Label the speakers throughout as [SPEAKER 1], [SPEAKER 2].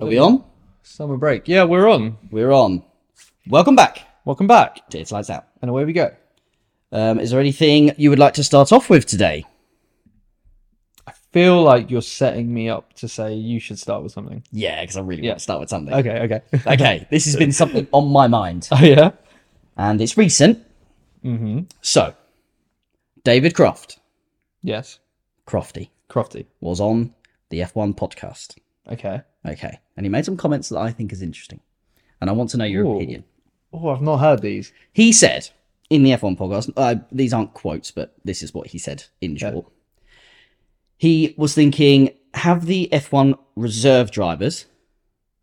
[SPEAKER 1] Are we on?
[SPEAKER 2] Summer break. Yeah, we're on.
[SPEAKER 1] We're on. Welcome back
[SPEAKER 2] Welcome back.
[SPEAKER 1] to It's Lights Out.
[SPEAKER 2] And away we go.
[SPEAKER 1] Um, is there anything you would like to start off with today?
[SPEAKER 2] I feel like you're setting me up to say you should start with something.
[SPEAKER 1] Yeah, because I really
[SPEAKER 2] Yeah.
[SPEAKER 1] want to start with something. Okay.
[SPEAKER 2] Okay, okay.
[SPEAKER 1] this has been something on my mind,
[SPEAKER 2] oh, yeah?
[SPEAKER 1] and it's recent.
[SPEAKER 2] Mm-hmm.
[SPEAKER 1] So, David Croft,
[SPEAKER 2] Yes.
[SPEAKER 1] Crofty,
[SPEAKER 2] Crofty.
[SPEAKER 1] was on the F1 podcast.
[SPEAKER 2] Okay.
[SPEAKER 1] Okay, and he made some comments that I think is interesting, and I want to know your
[SPEAKER 2] Ooh.
[SPEAKER 1] opinion.
[SPEAKER 2] Oh, I've not heard these.
[SPEAKER 1] He said in the F1 podcast, uh, these aren't quotes, but this is what he said in
[SPEAKER 2] Yeah.
[SPEAKER 1] short. He was thinking, have the F1 reserve drivers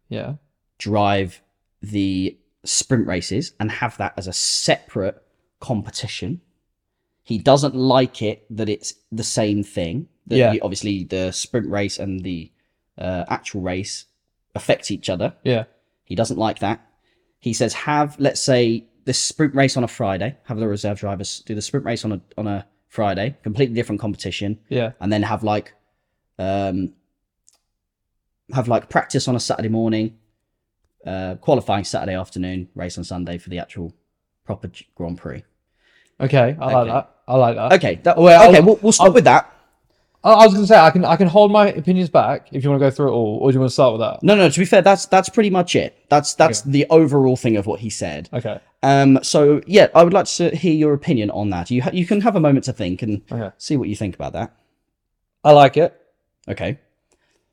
[SPEAKER 2] Yeah.
[SPEAKER 1] drive the sprint races and have that as a separate competition. He doesn't like it that it's the same thing. That
[SPEAKER 2] Yeah.
[SPEAKER 1] you- obviously, the sprint race and the uh, actual race affect each other.
[SPEAKER 2] Yeah.
[SPEAKER 1] He doesn't like that. He says, have let's say the sprint race on a Friday, have the reserve drivers do the sprint race on a on a Friday, completely different competition,
[SPEAKER 2] Yeah.
[SPEAKER 1] and then have like um have like practice on a Saturday morning, uh qualifying Saturday afternoon, race on Sunday for the actual proper G- Grand Prix.
[SPEAKER 2] Okay. I like
[SPEAKER 1] Okay.
[SPEAKER 2] that. I like that.
[SPEAKER 1] Okay, that,
[SPEAKER 2] Well,
[SPEAKER 1] okay,
[SPEAKER 2] I'll-
[SPEAKER 1] we'll, we'll stop with that.
[SPEAKER 2] I, I was going to say, I can I can hold my opinions back if you want to go through it all, or do you want to start with that?
[SPEAKER 1] No, no, to be fair, that's that's pretty much it. That's that's the overall thing of what he said.
[SPEAKER 2] Okay.
[SPEAKER 1] Um, so yeah, I would like to hear your opinion on that. You ha- you can have a moment to think and
[SPEAKER 2] Okay.
[SPEAKER 1] see what you think about that.
[SPEAKER 2] I like it.
[SPEAKER 1] Okay,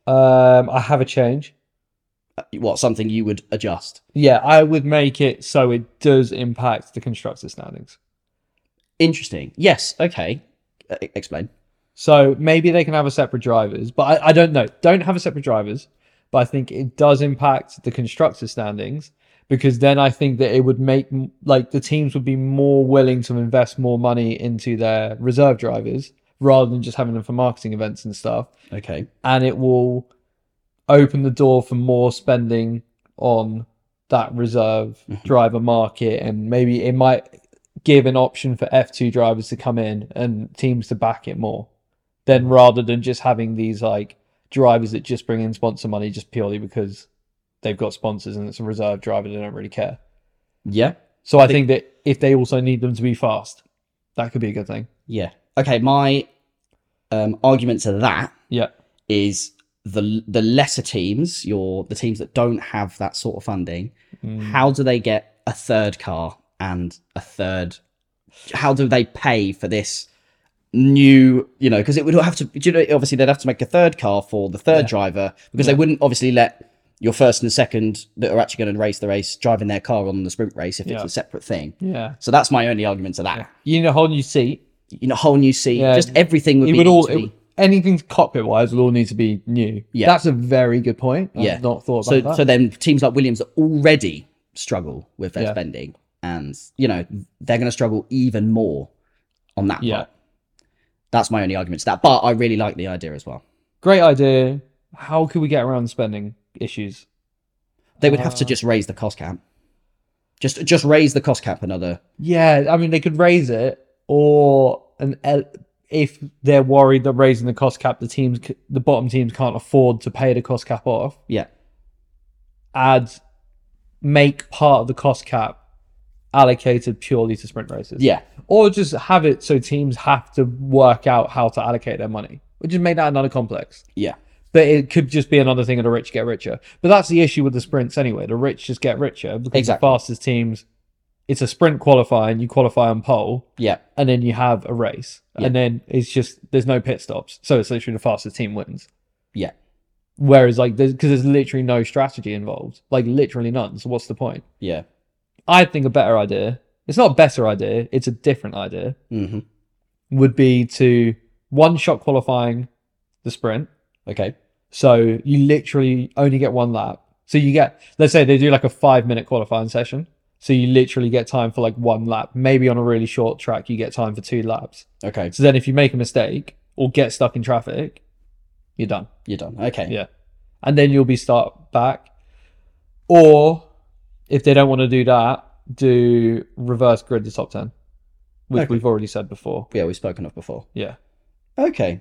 [SPEAKER 2] Um, I have a change.
[SPEAKER 1] Uh, what something you would adjust
[SPEAKER 2] Yeah, I would make it so it does impact the constructor standings.
[SPEAKER 1] interesting yes okay uh, e- explain
[SPEAKER 2] So maybe they can have a separate drivers, but I, I don't know. Don't have a separate drivers, but I think it does impact the constructor standings because then I think that it would make m- like the teams would be more willing to invest more money into their reserve drivers rather than just having them for marketing events and stuff,
[SPEAKER 1] okay
[SPEAKER 2] and it will open the door for more spending on that reserve driver market and maybe it might give an option for F2 drivers to come in and teams to back it more then rather than just having these like drivers that just bring in sponsor money just purely because they've got sponsors and it's a reserve driver they don't really care
[SPEAKER 1] yeah
[SPEAKER 2] so i think that if they also need them to be fast that could be a good thing
[SPEAKER 1] yeah okay my um argument to that
[SPEAKER 2] yeah
[SPEAKER 1] is the the lesser teams your the teams that don't have that sort of funding
[SPEAKER 2] Hmm.
[SPEAKER 1] how do they get a third car and a third how do they pay for this new you know because it would have to do you know obviously they'd have to make a third car for the third driver because they wouldn't obviously let your first and second that are actually going to race the race driving their car on the sprint race if it's
[SPEAKER 2] Yeah.
[SPEAKER 1] a separate thing
[SPEAKER 2] yeah
[SPEAKER 1] so that's my only argument to that
[SPEAKER 2] you need a whole new seat
[SPEAKER 1] you know whole new seat
[SPEAKER 2] Yeah.
[SPEAKER 1] just everything would
[SPEAKER 2] it
[SPEAKER 1] be
[SPEAKER 2] would all
[SPEAKER 1] to be-
[SPEAKER 2] it, anything cockpit wise will all need to be new.
[SPEAKER 1] Yeah.
[SPEAKER 2] that's a very good point. I've
[SPEAKER 1] Yeah.
[SPEAKER 2] not thought
[SPEAKER 1] so
[SPEAKER 2] about that.
[SPEAKER 1] so then teams like Williams already struggle with their
[SPEAKER 2] Yeah.
[SPEAKER 1] spending, and you know they're going to struggle even more on that.
[SPEAKER 2] yeah,
[SPEAKER 1] part. that's my only argument to that. But I really like the idea as well.
[SPEAKER 2] great idea. How could we get around spending issues?
[SPEAKER 1] They would
[SPEAKER 2] Uh.
[SPEAKER 1] have to just raise the cost cap, just just raise the cost cap another.
[SPEAKER 2] Yeah, I mean they could raise it, or an L- if they're worried that raising the cost cap, the teams, c- the bottom teams can't afford to pay the cost cap off.
[SPEAKER 1] Yeah,
[SPEAKER 2] Add, make part of the cost cap allocated purely to sprint races.
[SPEAKER 1] yeah,
[SPEAKER 2] or just have it so teams have to work out how to allocate their money. Or just make that another complex.
[SPEAKER 1] yeah,
[SPEAKER 2] But it could just be another thing of the rich get richer. But that's the issue with the sprints anyway. The rich just get richer because
[SPEAKER 1] Exactly.
[SPEAKER 2] the fastest teams, it's a sprint qualifying, you qualify on pole,
[SPEAKER 1] yeah,
[SPEAKER 2] and then you have a race.
[SPEAKER 1] Yeah.
[SPEAKER 2] And then it's just, there's no pit stops. So it's literally the fastest team wins.
[SPEAKER 1] yeah,
[SPEAKER 2] Whereas, like, because there's, literally no strategy involved, like, literally none. So what's the point?
[SPEAKER 1] yeah.
[SPEAKER 2] I think a better idea, it's not a better idea, it's a different idea,
[SPEAKER 1] hmm
[SPEAKER 2] would be to one shot qualifying the sprint.
[SPEAKER 1] Okay.
[SPEAKER 2] So you literally only get one lap. So you get, let's say they do like a five minute qualifying session. So you literally get time for like one lap. Maybe on a really short track, you get time for two laps.
[SPEAKER 1] Okay,
[SPEAKER 2] So then if you make a mistake or get stuck in traffic, you're done.
[SPEAKER 1] you're done. Okay,
[SPEAKER 2] Yeah. And then you'll be start back. Or if they don't want to do that, do reverse grid the top 10, which
[SPEAKER 1] Okay.
[SPEAKER 2] we've already said before.
[SPEAKER 1] yeah, we've spoken of before.
[SPEAKER 2] Yeah.
[SPEAKER 1] Okay,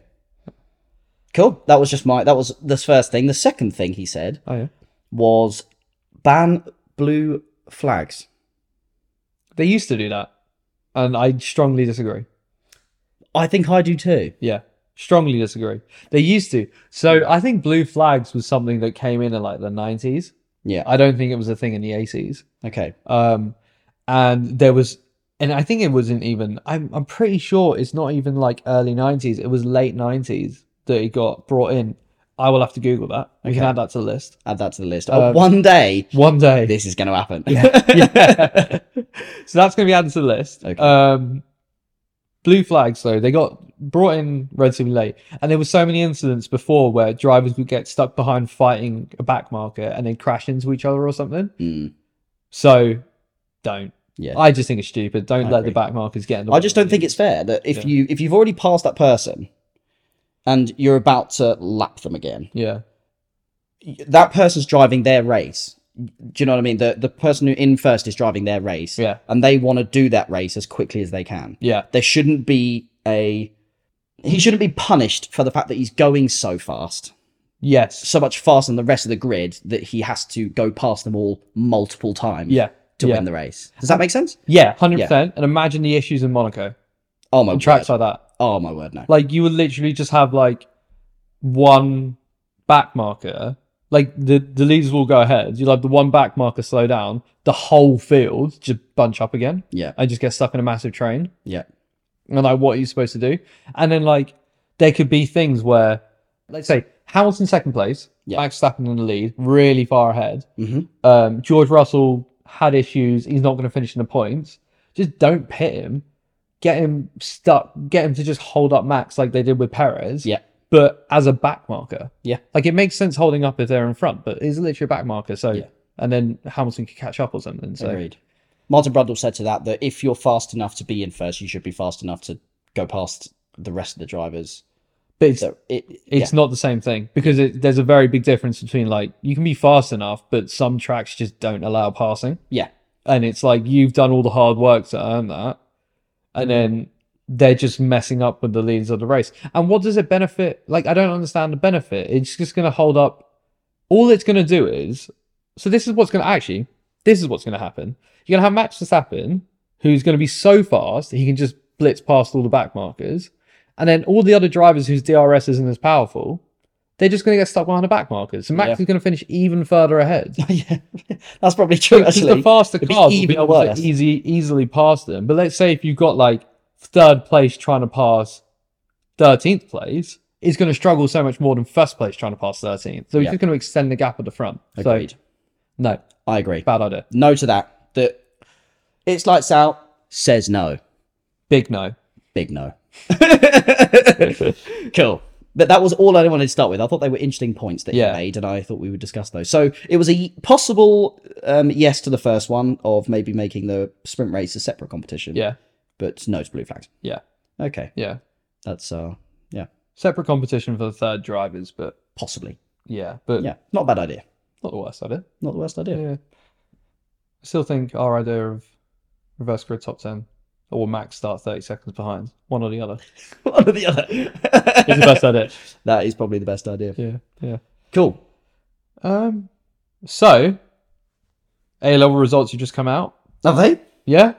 [SPEAKER 1] cool. That was just my that was the first thing. The second thing he said
[SPEAKER 2] Oh, yeah.
[SPEAKER 1] was ban blue flags.
[SPEAKER 2] They used to do that, and I strongly disagree.
[SPEAKER 1] I think I do too.
[SPEAKER 2] Yeah, strongly disagree. They used to. So I think blue flags was something that came in in like the nineties.
[SPEAKER 1] Yeah.
[SPEAKER 2] I don't think it was a thing in the eighties.
[SPEAKER 1] Okay.
[SPEAKER 2] Um, and there was, and I think it wasn't even. I'm I'm pretty sure it's not even like early nineties. It was late nineties that it got brought in. I will have to Google that. We can
[SPEAKER 1] Okay.
[SPEAKER 2] add that to the list
[SPEAKER 1] Add that to the list. Oh,
[SPEAKER 2] Um,
[SPEAKER 1] one day
[SPEAKER 2] one day.
[SPEAKER 1] this is going to happen.
[SPEAKER 2] yeah. so that's going to be added to the list.
[SPEAKER 1] Okay.
[SPEAKER 2] Um, blue flags, though, they got brought in relatively late. And there were so many incidents before where drivers would get stuck behind fighting a back marker and then crash into each other or something.
[SPEAKER 1] Mm,
[SPEAKER 2] So don't.
[SPEAKER 1] yeah.
[SPEAKER 2] I just think it's stupid. Don't
[SPEAKER 1] I
[SPEAKER 2] let
[SPEAKER 1] agree.
[SPEAKER 2] the back markers get in the way.
[SPEAKER 1] I just don't think it's fair that if
[SPEAKER 2] Yeah.
[SPEAKER 1] you if you've already passed that person and you're about to lap them again,
[SPEAKER 2] Yeah.
[SPEAKER 1] that person's driving their race. Do you know what I mean? The the person who in first is driving their race,
[SPEAKER 2] Yeah.
[SPEAKER 1] and they want to do that race as quickly as they can.
[SPEAKER 2] Yeah.
[SPEAKER 1] There shouldn't be a he shouldn't be punished for the fact that he's going so fast,
[SPEAKER 2] Yes.
[SPEAKER 1] so much faster than the rest of the grid that he has to go past them all multiple times
[SPEAKER 2] Yeah.
[SPEAKER 1] to
[SPEAKER 2] yeah.
[SPEAKER 1] win the race. Does that make sense?
[SPEAKER 2] Yeah. 100%. And imagine the issues in Monaco
[SPEAKER 1] Oh my
[SPEAKER 2] on tracks
[SPEAKER 1] word.
[SPEAKER 2] like that.
[SPEAKER 1] Oh my word, no.
[SPEAKER 2] like you would literally just have like one back marker like the the leaders will go ahead you'll have the one back marker slow down the whole field just bunch up again
[SPEAKER 1] Yeah.
[SPEAKER 2] and just get stuck in a massive train
[SPEAKER 1] Yeah.
[SPEAKER 2] and like what are you supposed to do and then like there could be things where let's say hamilton second place
[SPEAKER 1] Yeah.
[SPEAKER 2] max verstappen in the lead really far ahead
[SPEAKER 1] hmm
[SPEAKER 2] um, George Russell had issues. He's not going to finish in the points. Just don't pit him. Get him stuck. Get him to just hold up Max like they did with Perez.
[SPEAKER 1] Yeah.
[SPEAKER 2] But as a back marker.
[SPEAKER 1] Yeah.
[SPEAKER 2] Like it makes sense holding up if they're in front, but it's literally a back marker. So,
[SPEAKER 1] Yeah.
[SPEAKER 2] and then Hamilton could catch up or something. So,
[SPEAKER 1] Agreed. Martin Brundle said to that that if you're fast enough to be in first, you should be fast enough to go past the rest of the drivers.
[SPEAKER 2] but it's,
[SPEAKER 1] So it, yeah,
[SPEAKER 2] it's not the same thing because it, there's a very big difference between like you can be fast enough, but some tracks just don't allow passing.
[SPEAKER 1] yeah,
[SPEAKER 2] and it's like you've done all the hard work to earn that, and then they're just messing up with the leaders of the race. And what does it benefit? Like, I don't understand the benefit. It's just going to hold up. All it's going to do is so. This is what's going to actually. This is what's going to happen. You're going to have Max Verstappen, who's going to be so fast he can just blitz past all the back markers, and then all the other drivers whose DRS isn't as powerful. They're just going to get stuck behind the back markers. So Max
[SPEAKER 1] Yeah.
[SPEAKER 2] is going to finish even further ahead.
[SPEAKER 1] yeah. That's probably true.
[SPEAKER 2] Because
[SPEAKER 1] Actually,
[SPEAKER 2] the faster
[SPEAKER 1] it'd be
[SPEAKER 2] cars will
[SPEAKER 1] even
[SPEAKER 2] be able
[SPEAKER 1] worse.
[SPEAKER 2] to easy, easily pass them. But let's say if you've got like third place trying to pass 13th place, it's going to struggle so much more than first place trying to pass 13th. So it's
[SPEAKER 1] Yeah.
[SPEAKER 2] just going to extend the gap at the front.
[SPEAKER 1] agreed.
[SPEAKER 2] So, no,
[SPEAKER 1] I agree.
[SPEAKER 2] bad idea.
[SPEAKER 1] No to that. That it's lights out says no.
[SPEAKER 2] Big no.
[SPEAKER 1] Big no. cool. But that was all I wanted to start with. I thought they were interesting points that
[SPEAKER 2] Yeah.
[SPEAKER 1] you made, and I thought we would discuss those. So it was a y- possible um, yes to the first one of maybe making the sprint race a separate competition.
[SPEAKER 2] Yeah.
[SPEAKER 1] but no to blue flags.
[SPEAKER 2] Yeah.
[SPEAKER 1] Okay,
[SPEAKER 2] Yeah.
[SPEAKER 1] that's uh, yeah,
[SPEAKER 2] Separate competition for the third drivers, but
[SPEAKER 1] possibly.
[SPEAKER 2] yeah, but
[SPEAKER 1] Yeah, not a bad idea.
[SPEAKER 2] not the worst idea.
[SPEAKER 1] Not the worst idea.
[SPEAKER 2] Yeah. I still think our idea of reverse grid top 10 or Max start 30 seconds behind, one or the other,
[SPEAKER 1] One or the other.
[SPEAKER 2] is the best idea.
[SPEAKER 1] that is probably the best idea.
[SPEAKER 2] Yeah. Yeah.
[SPEAKER 1] Cool.
[SPEAKER 2] Um, so A level results have just come out.
[SPEAKER 1] Have they?
[SPEAKER 2] Yeah,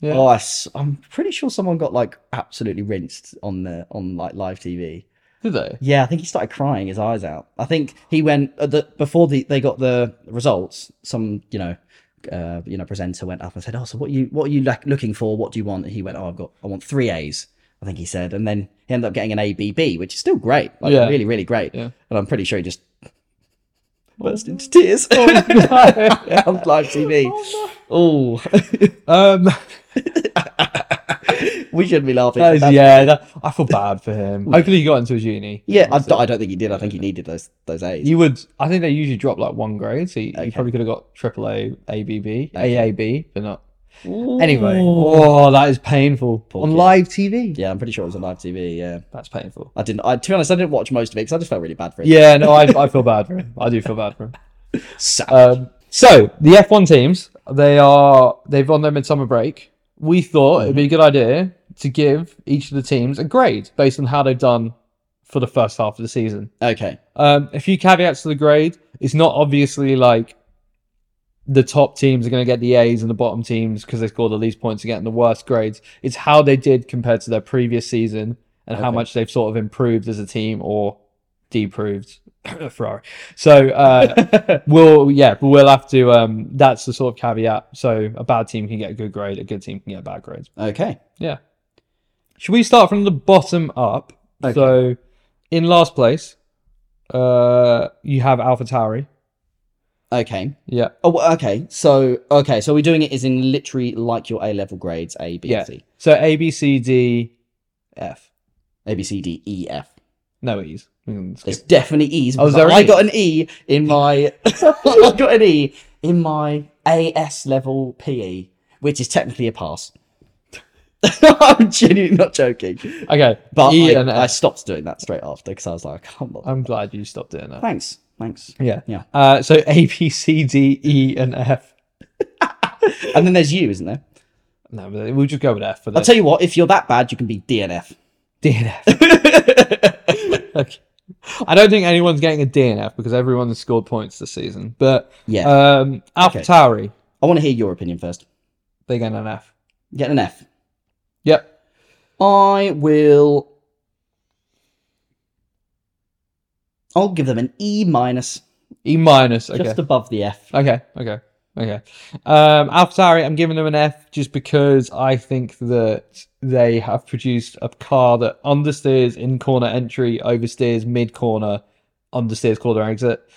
[SPEAKER 2] yeah.
[SPEAKER 1] Oh, I, am pretty sure someone got like absolutely rinsed on the on like live TV.
[SPEAKER 2] Did they?
[SPEAKER 1] Yeah, I think he started crying his eyes out. I think he went uh, the, before the, they got the results. Some you know, uh, you know, presenter went up and said, "Oh, so what you what are you like looking for? What do you want?" And he went, "Oh, I've got I want three A's." I think he said, and then he ended up getting an ABB, which is still great, like
[SPEAKER 2] Yeah.
[SPEAKER 1] really really great.
[SPEAKER 2] Yeah. Oh,
[SPEAKER 1] And I'm pretty sure he just burst into tears on live TV. Oh,
[SPEAKER 2] um,
[SPEAKER 1] we shouldn't be laughing. Um,
[SPEAKER 2] that is,
[SPEAKER 1] That's-
[SPEAKER 2] yeah, that, I feel bad for him. Hopefully, he got into his uni.
[SPEAKER 1] yeah, I, d- I don't think he did. I think he needed those those A's.
[SPEAKER 2] You would, I think they usually drop like one grade, so you,
[SPEAKER 1] Okay.
[SPEAKER 2] probably could have got triple A, ABB,
[SPEAKER 1] Okay.
[SPEAKER 2] AAB, but not. Anyway,
[SPEAKER 1] anyway,
[SPEAKER 2] oh, that is painful
[SPEAKER 1] Poor
[SPEAKER 2] on
[SPEAKER 1] kid.
[SPEAKER 2] live TV.
[SPEAKER 1] yeah, I'm pretty sure it was on live TV. Yeah.
[SPEAKER 2] That's painful.
[SPEAKER 1] I didn't. I, to be honest, I didn't watch most of it because I just felt really bad for it.
[SPEAKER 2] Yeah, no, I, I feel bad for him. I do feel bad for him.
[SPEAKER 1] So-
[SPEAKER 2] Um, so the F1 teams, they are they've on their midsummer break. We thought it'd be
[SPEAKER 1] Mm-hmm.
[SPEAKER 2] a good idea to give each of the teams a grade based on how they've done for the first half of the season.
[SPEAKER 1] okay.
[SPEAKER 2] Um, a few caveats to the grade. It's not obviously like the top teams are going to get the A's and the bottom teams because they score the least points are getting the worst grades. It's how they did compared to their previous season and how
[SPEAKER 1] Okay.
[SPEAKER 2] much they've sort of improved as a team or deproved Ferrari. So uh, we'll yeah, but we'll have to. Um, that's the sort of caveat. So a bad team can get a good grade, a good team can get bad grades.
[SPEAKER 1] Okay.
[SPEAKER 2] Yeah. Should we start from the bottom up?
[SPEAKER 1] Okay.
[SPEAKER 2] So in last place, uh, you have Alpha Tauri.
[SPEAKER 1] Okay.
[SPEAKER 2] Yeah.
[SPEAKER 1] Oh, well, okay. So, okay. So we're doing it is in literally like your A level grades: A, B,
[SPEAKER 2] Yeah.
[SPEAKER 1] C,
[SPEAKER 2] So A B C D F.
[SPEAKER 1] A, B, C, D, E, F.
[SPEAKER 2] No E's. We can skip.
[SPEAKER 1] There's definitely E's.
[SPEAKER 2] Oh, is
[SPEAKER 1] because
[SPEAKER 2] there
[SPEAKER 1] I
[SPEAKER 2] an E?
[SPEAKER 1] got an E in my. I got an E in my AS level PE, which is technically a pass. I'm genuinely not joking,
[SPEAKER 2] Okay.
[SPEAKER 1] but
[SPEAKER 2] E
[SPEAKER 1] I,
[SPEAKER 2] and
[SPEAKER 1] I
[SPEAKER 2] F.
[SPEAKER 1] stopped doing that straight after because I was like, I can't bother.
[SPEAKER 2] I'm glad you stopped doing that.
[SPEAKER 1] Thanks, thanks.
[SPEAKER 2] Yeah.
[SPEAKER 1] Yeah.
[SPEAKER 2] Uh, so A B C D E and F.
[SPEAKER 1] And then there's you, isn't there?
[SPEAKER 2] No, but we'll just go with F for
[SPEAKER 1] I'll
[SPEAKER 2] this.
[SPEAKER 1] tell you what. If you're that bad, you can be DNF.
[SPEAKER 2] D and F. Okay. I don't think anyone's getting a DNF because everyone has scored points this season. But
[SPEAKER 1] Yeah.
[SPEAKER 2] um, Alpha
[SPEAKER 1] Okay.
[SPEAKER 2] Tauri,
[SPEAKER 1] I want to hear your opinion first.
[SPEAKER 2] they get an F.
[SPEAKER 1] Get an F.
[SPEAKER 2] Yep.
[SPEAKER 1] I will. I'll give them an E minus,
[SPEAKER 2] E minus. Okay.
[SPEAKER 1] just above the F.
[SPEAKER 2] okay. Okay. Okay. Um, Alpha Tauri, I'm giving them an F just because I think that they have produced a car that understeers in corner entry, oversteers mid corner, understeers corner exit.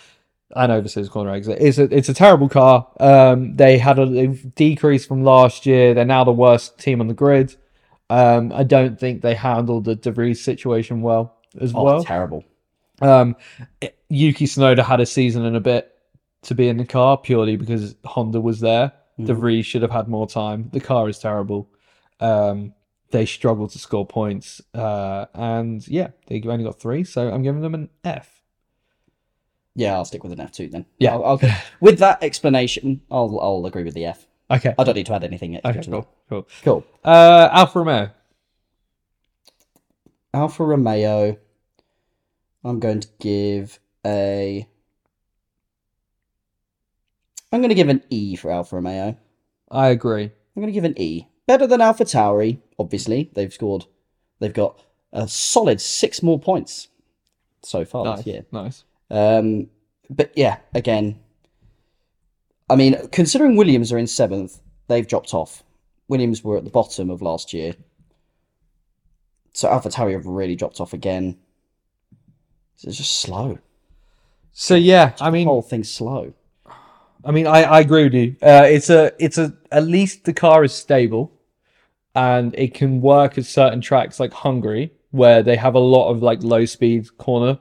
[SPEAKER 2] and overseas corner exit. It's a it's a terrible car. Um, they had a they've decreased from last year. They're now the worst team on the grid. Um, I don't think they handled the De Vries situation well as
[SPEAKER 1] Oh,
[SPEAKER 2] well.
[SPEAKER 1] terrible.
[SPEAKER 2] Um, it- Yuki Tsunoda had a season and a bit to be in the car purely because Honda was there. De
[SPEAKER 1] Mhm.
[SPEAKER 2] Vries should have had more time. The car is terrible. Um, they struggled to score points. Uh, and yeah, they only got three. So I'm giving them an F.
[SPEAKER 1] Yeah, I'll stick with an F two then.
[SPEAKER 2] Yeah.
[SPEAKER 1] I'll, I'll- with that explanation, I'll I'll agree with the F.
[SPEAKER 2] Okay.
[SPEAKER 1] I don't need to add anything extra
[SPEAKER 2] Okay.
[SPEAKER 1] to
[SPEAKER 2] Cool. Cool.
[SPEAKER 1] that. Cool.
[SPEAKER 2] Uh, Alfa Romeo.
[SPEAKER 1] Alfa Romeo. I'm going to give a. I'm going to give an E for Alfa Romeo. I'm
[SPEAKER 2] I agree.
[SPEAKER 1] going to give an E. Better than Alfa Tauri, obviously. They've scored. They've got a solid six more points so far
[SPEAKER 2] nice.
[SPEAKER 1] this year.
[SPEAKER 2] Nice.
[SPEAKER 1] Um, but yeah, again, I mean, considering Williams are in seventh, they've dropped off. Williams were at the bottom of last year, so AlphaTauri have really dropped off again. So It's just slow.
[SPEAKER 2] So yeah, I
[SPEAKER 1] The
[SPEAKER 2] mean,
[SPEAKER 1] whole thing's slow.
[SPEAKER 2] I mean, I, I agree with you. Uh, it's a, it's a. At least the car is stable, and it can work at certain tracks like Hungary, where they have a lot of like low speed corner.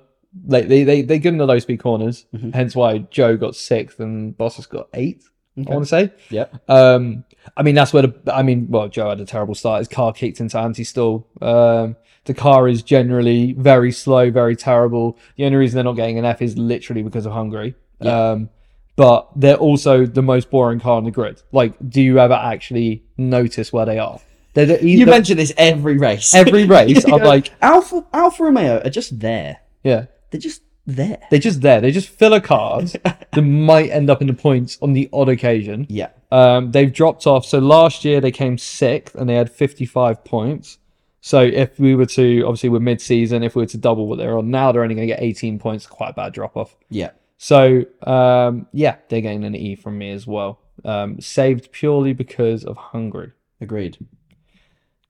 [SPEAKER 2] Like they they they good in the low speed corners.
[SPEAKER 1] Mhm.
[SPEAKER 2] Hence why Joe got sixth and Bottas got eighth. I want to say.
[SPEAKER 1] Yep.
[SPEAKER 2] Um, I mean, that's where the. I mean, well, Joe had a terrible start. His car kicked into anti-stall. Um, the car is generally very slow, very terrible. The only reason they're not getting an F is literally because of Hungary.
[SPEAKER 1] Yeah.
[SPEAKER 2] Um, but they're also the most boring car on the grid. Like, do you ever actually notice where they are? They're the,
[SPEAKER 1] You
[SPEAKER 2] the-
[SPEAKER 1] mention this every race.
[SPEAKER 2] every race. I'm like,
[SPEAKER 1] Alpha Alfa Romeo are just there.
[SPEAKER 2] yeah,
[SPEAKER 1] They're just there.
[SPEAKER 2] they're just there. They just filler cars that might end up in the points on the odd occasion.
[SPEAKER 1] Yeah.
[SPEAKER 2] Um, they've dropped off. So last year they came sixth and they had 55 points. So if we were to, obviously we're mid-season, if we were to double what they're on now, they're only going to get 18 points. Quite a bad drop off.
[SPEAKER 1] Yeah.
[SPEAKER 2] So um, yeah, they're getting an E from me as well. Um, saved purely because of Hungary.
[SPEAKER 1] Agreed.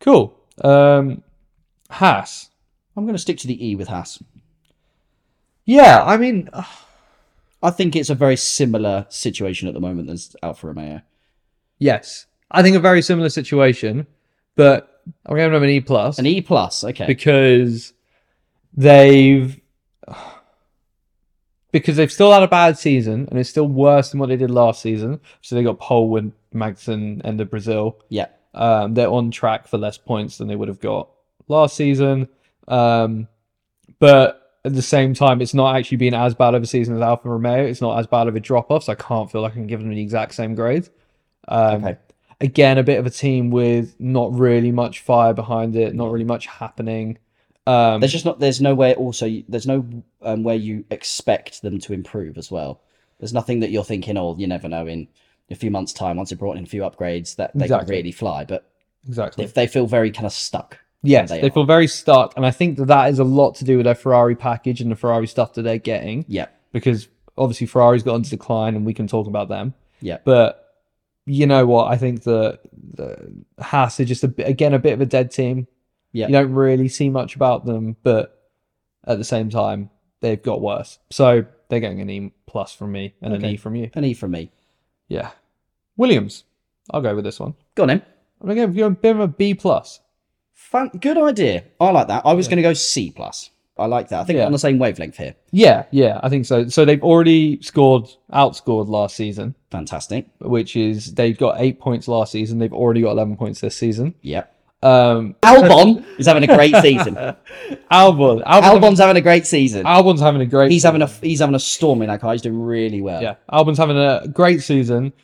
[SPEAKER 2] Cool. Um, Haas.
[SPEAKER 1] I'm going to stick to the E with Haas.
[SPEAKER 2] Yeah, I mean, uh,
[SPEAKER 1] I think it's a very similar situation at the moment as Alfa Romeo.
[SPEAKER 2] yes, I think a very similar situation, but I'm going to have an E plus.
[SPEAKER 1] An E plus. Okay.
[SPEAKER 2] because they've because they've still had a bad season and it's still worse than what they did last season. So they got pole and Magson and the Brazil.
[SPEAKER 1] yeah.
[SPEAKER 2] Um, they're on track for less points than they would have got last season. Um, but at the same time, it's not actually been as bad of a season as Alfa Romeo. It's not as bad of a drop off. So I can't feel like I can give them the exact same grade. Um,
[SPEAKER 1] Okay.
[SPEAKER 2] again a bit of a team with not really much fire behind it, not really much happening. Um,
[SPEAKER 1] There's just not. There's nowhere. Also, you- there's no um, where you expect them to improve as well. There's nothing that you're thinking. Oh, you never know. In a few months' time, once they brought in a few upgrades, that they
[SPEAKER 2] Exactly.
[SPEAKER 1] could really fly. But
[SPEAKER 2] exactly.
[SPEAKER 1] if they feel very kind of stuck,
[SPEAKER 2] Yes,
[SPEAKER 1] they
[SPEAKER 2] they, feel very stuck, and I think that that is a lot to do with their Ferrari package and the Ferrari stuff that they're getting.
[SPEAKER 1] yeah,
[SPEAKER 2] because obviously Ferrari's got into decline and we can talk about them.
[SPEAKER 1] Yeah.
[SPEAKER 2] But you know what? I think the, the Haas are just a bit, again a bit of a dead team.
[SPEAKER 1] Yeah.
[SPEAKER 2] You don't really see much about them, but at the same time, they've got worse. So they're getting an E plus from me and an
[SPEAKER 1] Okay.
[SPEAKER 2] E from you.
[SPEAKER 1] an E from me.
[SPEAKER 2] Yeah. Williams. I'll go with this one.
[SPEAKER 1] Go on, then.
[SPEAKER 2] I'm gonna give you a bit of a B plus.
[SPEAKER 1] Fun, good idea. I like that. I was going to go C plus. I like that. I think
[SPEAKER 2] Yeah.
[SPEAKER 1] we're on the same wavelength here.
[SPEAKER 2] Yeah, yeah, I think so. So they've already scored, outscored last season,
[SPEAKER 1] Fantastic.
[SPEAKER 2] which is they've got eight points last season. They've already got eleven points this season.
[SPEAKER 1] Yeah.
[SPEAKER 2] Um,
[SPEAKER 1] Albon is having a great season.
[SPEAKER 2] Albon, Albon,
[SPEAKER 1] Albon's having a great season.
[SPEAKER 2] Albon's having a great.
[SPEAKER 1] He's having a he's having a storm in that car. He's doing really well.
[SPEAKER 2] yeah. Albon's having a great season.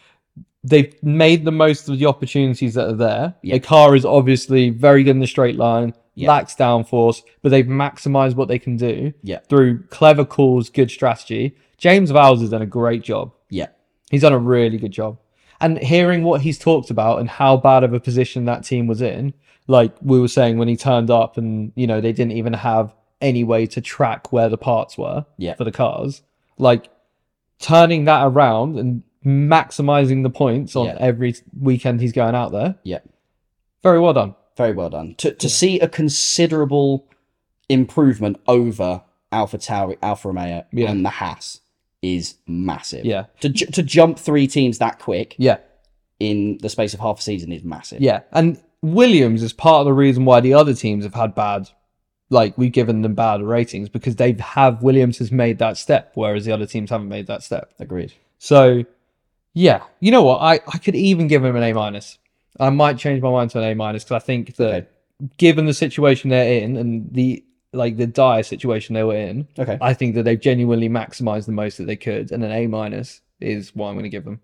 [SPEAKER 2] They've made the most of the opportunities that are there.
[SPEAKER 1] Yeah.
[SPEAKER 2] The car is obviously very good in the straight line,
[SPEAKER 1] Yeah.
[SPEAKER 2] lacks downforce, but they've maximized what they can do
[SPEAKER 1] Yeah.
[SPEAKER 2] through clever calls, good strategy. James Vowles has done a great job.
[SPEAKER 1] Yeah.
[SPEAKER 2] He's done a really good job. And hearing what he's talked about and how bad of a position that team was in, like we were saying when he turned up and, you know, they didn't even have any way to track where the parts were
[SPEAKER 1] Yeah.
[SPEAKER 2] for the cars, like turning that around and maximizing the points on
[SPEAKER 1] Yeah.
[SPEAKER 2] every weekend he's going out there.
[SPEAKER 1] Yeah.
[SPEAKER 2] Very well done.
[SPEAKER 1] Very well done. To to see a considerable improvement over Alpha Tauri, Alfa Romeo,
[SPEAKER 2] Yeah.
[SPEAKER 1] and the Haas is massive.
[SPEAKER 2] Yeah.
[SPEAKER 1] To ju- to jump three teams that quick
[SPEAKER 2] Yeah.
[SPEAKER 1] in the space of half a season is massive.
[SPEAKER 2] Yeah. And Williams is part of the reason why the other teams have had bad, like we've given them bad ratings because they have, Williams has made that step, whereas the other teams haven't made that step.
[SPEAKER 1] Agreed.
[SPEAKER 2] So, yeah, you know what? I, I could even give him an A minus. I might change my mind to an A minus because I think that
[SPEAKER 1] Okay.
[SPEAKER 2] given the situation they're in and the like the dire situation they were in,
[SPEAKER 1] Okay.
[SPEAKER 2] I think that they've genuinely maximized the most that they could, and an A minus is what I'm going to give them.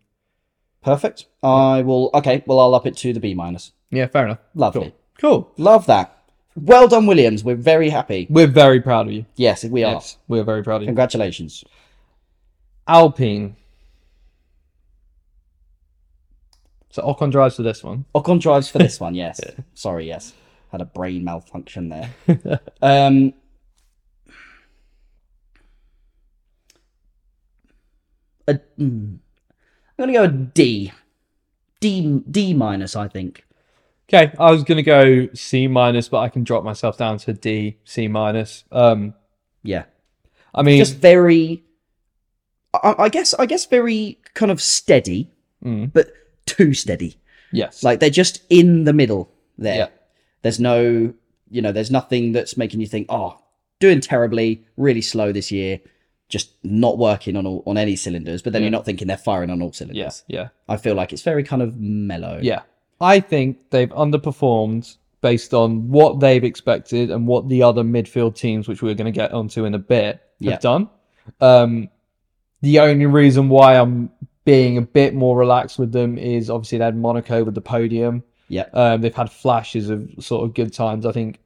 [SPEAKER 1] Perfect. I will. Okay. Well, I'll up it to the B minus.
[SPEAKER 2] Yeah, fair enough.
[SPEAKER 1] Lovely.
[SPEAKER 2] Cool. Cool.
[SPEAKER 1] Love that. Well done, Williams. We're very happy.
[SPEAKER 2] We're very proud of you.
[SPEAKER 1] Yes, we are.
[SPEAKER 2] Yes, we're very proud of you.
[SPEAKER 1] Congratulations.
[SPEAKER 2] Alpine. So Ocon drives for this one.
[SPEAKER 1] Ocon drives for this one. Yes. Sorry. Yes. Had a brain malfunction there. um. A, mm, I'm gonna go a D. D D minus. I think.
[SPEAKER 2] Okay, I was gonna go C minus, but I can drop myself down to D, C minus. Um,
[SPEAKER 1] Yeah.
[SPEAKER 2] I mean,
[SPEAKER 1] just very I, I guess i guess very kind of steady
[SPEAKER 2] Mm.
[SPEAKER 1] but too steady
[SPEAKER 2] yes,
[SPEAKER 1] like they're just in the middle there
[SPEAKER 2] Yeah.
[SPEAKER 1] there's no you know there's nothing that's making you think oh doing terribly really slow this year just not working on all, on any cylinders but then
[SPEAKER 2] Yeah.
[SPEAKER 1] you're not thinking they're firing on all
[SPEAKER 2] yeah,
[SPEAKER 1] cylinders
[SPEAKER 2] yeah,
[SPEAKER 1] i feel like it's very kind of mellow
[SPEAKER 2] yeah. I think they've underperformed based on what they've expected and what the other midfield teams, which we're gonna get onto in a bit, have
[SPEAKER 1] Yeah.
[SPEAKER 2] done. Um, the only reason why I'm being a bit more relaxed with them is obviously they had Monaco with the podium.
[SPEAKER 1] yeah
[SPEAKER 2] Um, they've had flashes of sort of good times. I think,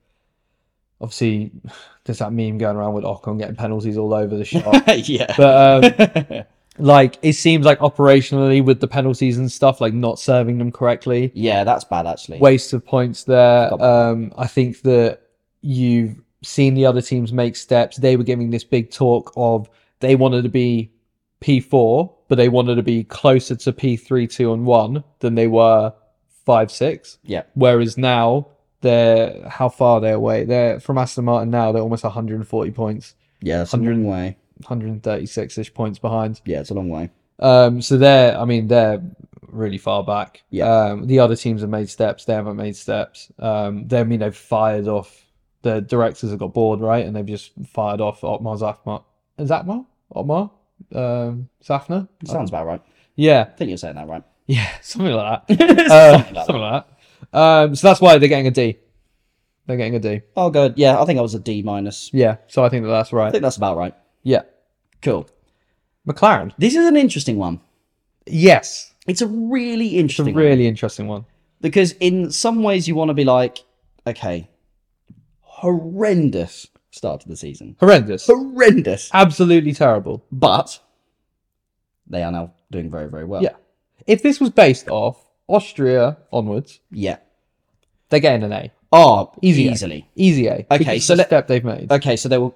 [SPEAKER 2] obviously, there's that meme going around with Ocon getting penalties all over the shop.
[SPEAKER 1] yeah
[SPEAKER 2] but um, like, it seems like operationally with the penalties and stuff, like not serving them correctly,
[SPEAKER 1] yeah that's bad actually
[SPEAKER 2] waste of points there.
[SPEAKER 1] Got
[SPEAKER 2] Um, I think that you've seen the other teams make steps. They were giving this big talk of they wanted to be P4, but they wanted to be closer to P3, 2, and 1 than they were 5, 6.
[SPEAKER 1] yeah
[SPEAKER 2] Whereas now they're how far they're away. They're from Aston Martin now. They're almost 140 points,
[SPEAKER 1] yeah that's a long way
[SPEAKER 2] 136 ish points behind.
[SPEAKER 1] yeah it's a long way
[SPEAKER 2] Um, so they're I mean they're really far back.
[SPEAKER 1] Yeah.
[SPEAKER 2] Um, the other teams have made steps. They haven't made steps. Um, they I mean they've fired off. The directors have got bored, right? And they've just fired off Otmar Zafmar. Zafmar? Otmar? Um, Zafna?
[SPEAKER 1] sounds about right
[SPEAKER 2] Yeah.
[SPEAKER 1] i think you're saying that right
[SPEAKER 2] Yeah. Something like that. Uh, something like that. Um, so that's why they're getting a D. They're getting a D.
[SPEAKER 1] Oh, good. Yeah, I think I was a D minus.
[SPEAKER 2] Yeah, so I think that that's
[SPEAKER 1] I
[SPEAKER 2] right.
[SPEAKER 1] think that's about right.
[SPEAKER 2] Yeah,
[SPEAKER 1] Cool.
[SPEAKER 2] McLaren.
[SPEAKER 1] This is an interesting one.
[SPEAKER 2] Yes,
[SPEAKER 1] It's a really
[SPEAKER 2] it's a
[SPEAKER 1] interesting one.
[SPEAKER 2] really interesting one.
[SPEAKER 1] because in some ways you want to be like, okay, horrendous start to the season.
[SPEAKER 2] Horrendous.
[SPEAKER 1] Horrendous.
[SPEAKER 2] Absolutely terrible.
[SPEAKER 1] But they are now doing very, very well.
[SPEAKER 2] Yeah. If this was based off Austria onwards,
[SPEAKER 1] Yeah.
[SPEAKER 2] they're getting an A.
[SPEAKER 1] Oh,
[SPEAKER 2] Easy.
[SPEAKER 1] easily.
[SPEAKER 2] Easy A.
[SPEAKER 1] Okay,
[SPEAKER 2] because
[SPEAKER 1] so
[SPEAKER 2] the
[SPEAKER 1] let-
[SPEAKER 2] step they've made.
[SPEAKER 1] Okay, so there were.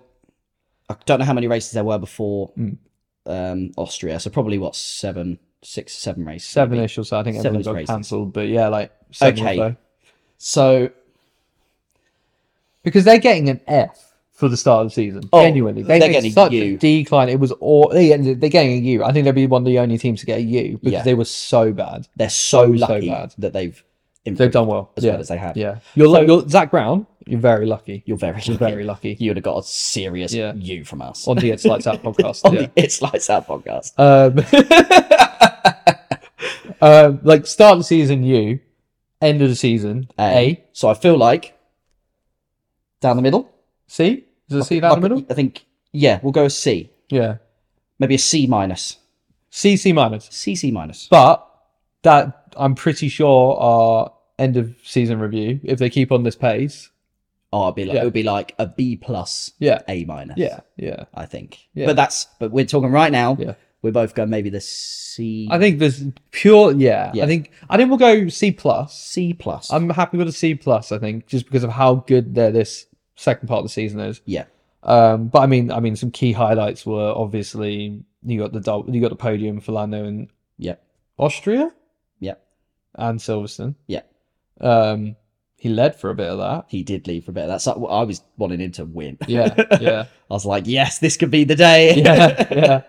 [SPEAKER 1] I don't know how many races there were before
[SPEAKER 2] Mm.
[SPEAKER 1] um, Austria. So probably what seven, six, seven races.
[SPEAKER 2] seven
[SPEAKER 1] maybe.
[SPEAKER 2] ish or so. I think
[SPEAKER 1] Seven
[SPEAKER 2] everyone got
[SPEAKER 1] races.
[SPEAKER 2] cancelled, but yeah, like seven
[SPEAKER 1] Okay.
[SPEAKER 2] okay. or so.
[SPEAKER 1] So
[SPEAKER 2] Because they're getting an F for the start of the season.
[SPEAKER 1] Oh,
[SPEAKER 2] Genuinely, they
[SPEAKER 1] they're
[SPEAKER 2] made
[SPEAKER 1] getting a
[SPEAKER 2] such
[SPEAKER 1] U.
[SPEAKER 2] a decline. It was all they, they're getting a U. I think they'll be one of the only teams to get a U because
[SPEAKER 1] Yeah.
[SPEAKER 2] they were so bad.
[SPEAKER 1] they're so
[SPEAKER 2] so
[SPEAKER 1] lucky
[SPEAKER 2] bad.
[SPEAKER 1] that they've
[SPEAKER 2] They've
[SPEAKER 1] improved
[SPEAKER 2] done well.
[SPEAKER 1] as
[SPEAKER 2] yeah,
[SPEAKER 1] well as they have.
[SPEAKER 2] yeah. You're, lu- you're Zach Brown. You're very lucky.
[SPEAKER 1] You're very,
[SPEAKER 2] You're
[SPEAKER 1] lucky.
[SPEAKER 2] very lucky.
[SPEAKER 1] You would have got a serious
[SPEAKER 2] Yeah.
[SPEAKER 1] you from us
[SPEAKER 2] On the It's Lights Out podcast.
[SPEAKER 1] on
[SPEAKER 2] yeah.
[SPEAKER 1] the It's Lights Out podcast.
[SPEAKER 2] Um, um, like start of the season, U. End of the season, A.
[SPEAKER 1] So I feel like down the middle.
[SPEAKER 2] C. Is it C down the middle?
[SPEAKER 1] I think yeah, we'll go a C.
[SPEAKER 2] Yeah.
[SPEAKER 1] Maybe a C minus.
[SPEAKER 2] C, C minus.
[SPEAKER 1] C C minus.
[SPEAKER 2] But that I'm pretty sure our end of season review, if they keep on this pace,
[SPEAKER 1] Oh, it'd be like
[SPEAKER 2] Yeah.
[SPEAKER 1] it would be like a B plus,
[SPEAKER 2] yeah,
[SPEAKER 1] A minus.
[SPEAKER 2] yeah, yeah.
[SPEAKER 1] I think.
[SPEAKER 2] Yeah.
[SPEAKER 1] But that's but we're talking right now.
[SPEAKER 2] Yeah.
[SPEAKER 1] We're both going maybe the C
[SPEAKER 2] I think there's pure, yeah.
[SPEAKER 1] Yeah.
[SPEAKER 2] I think I think we'll go C plus.
[SPEAKER 1] C plus.
[SPEAKER 2] I'm happy with a C plus. I think just because of how good their this second part of the season is.
[SPEAKER 1] yeah.
[SPEAKER 2] Um, but I mean, I mean, some key highlights were obviously you got the dou- you got the podium for Lando in
[SPEAKER 1] Yep.
[SPEAKER 2] Austria,
[SPEAKER 1] Yep.
[SPEAKER 2] and Silverstone.
[SPEAKER 1] Yeah.
[SPEAKER 2] Um, he led for a bit of that.
[SPEAKER 1] He did leave for a bit. That's I was wanting him to win.
[SPEAKER 2] Yeah, yeah.
[SPEAKER 1] I was like, yes, this could be the day.
[SPEAKER 2] yeah, yeah.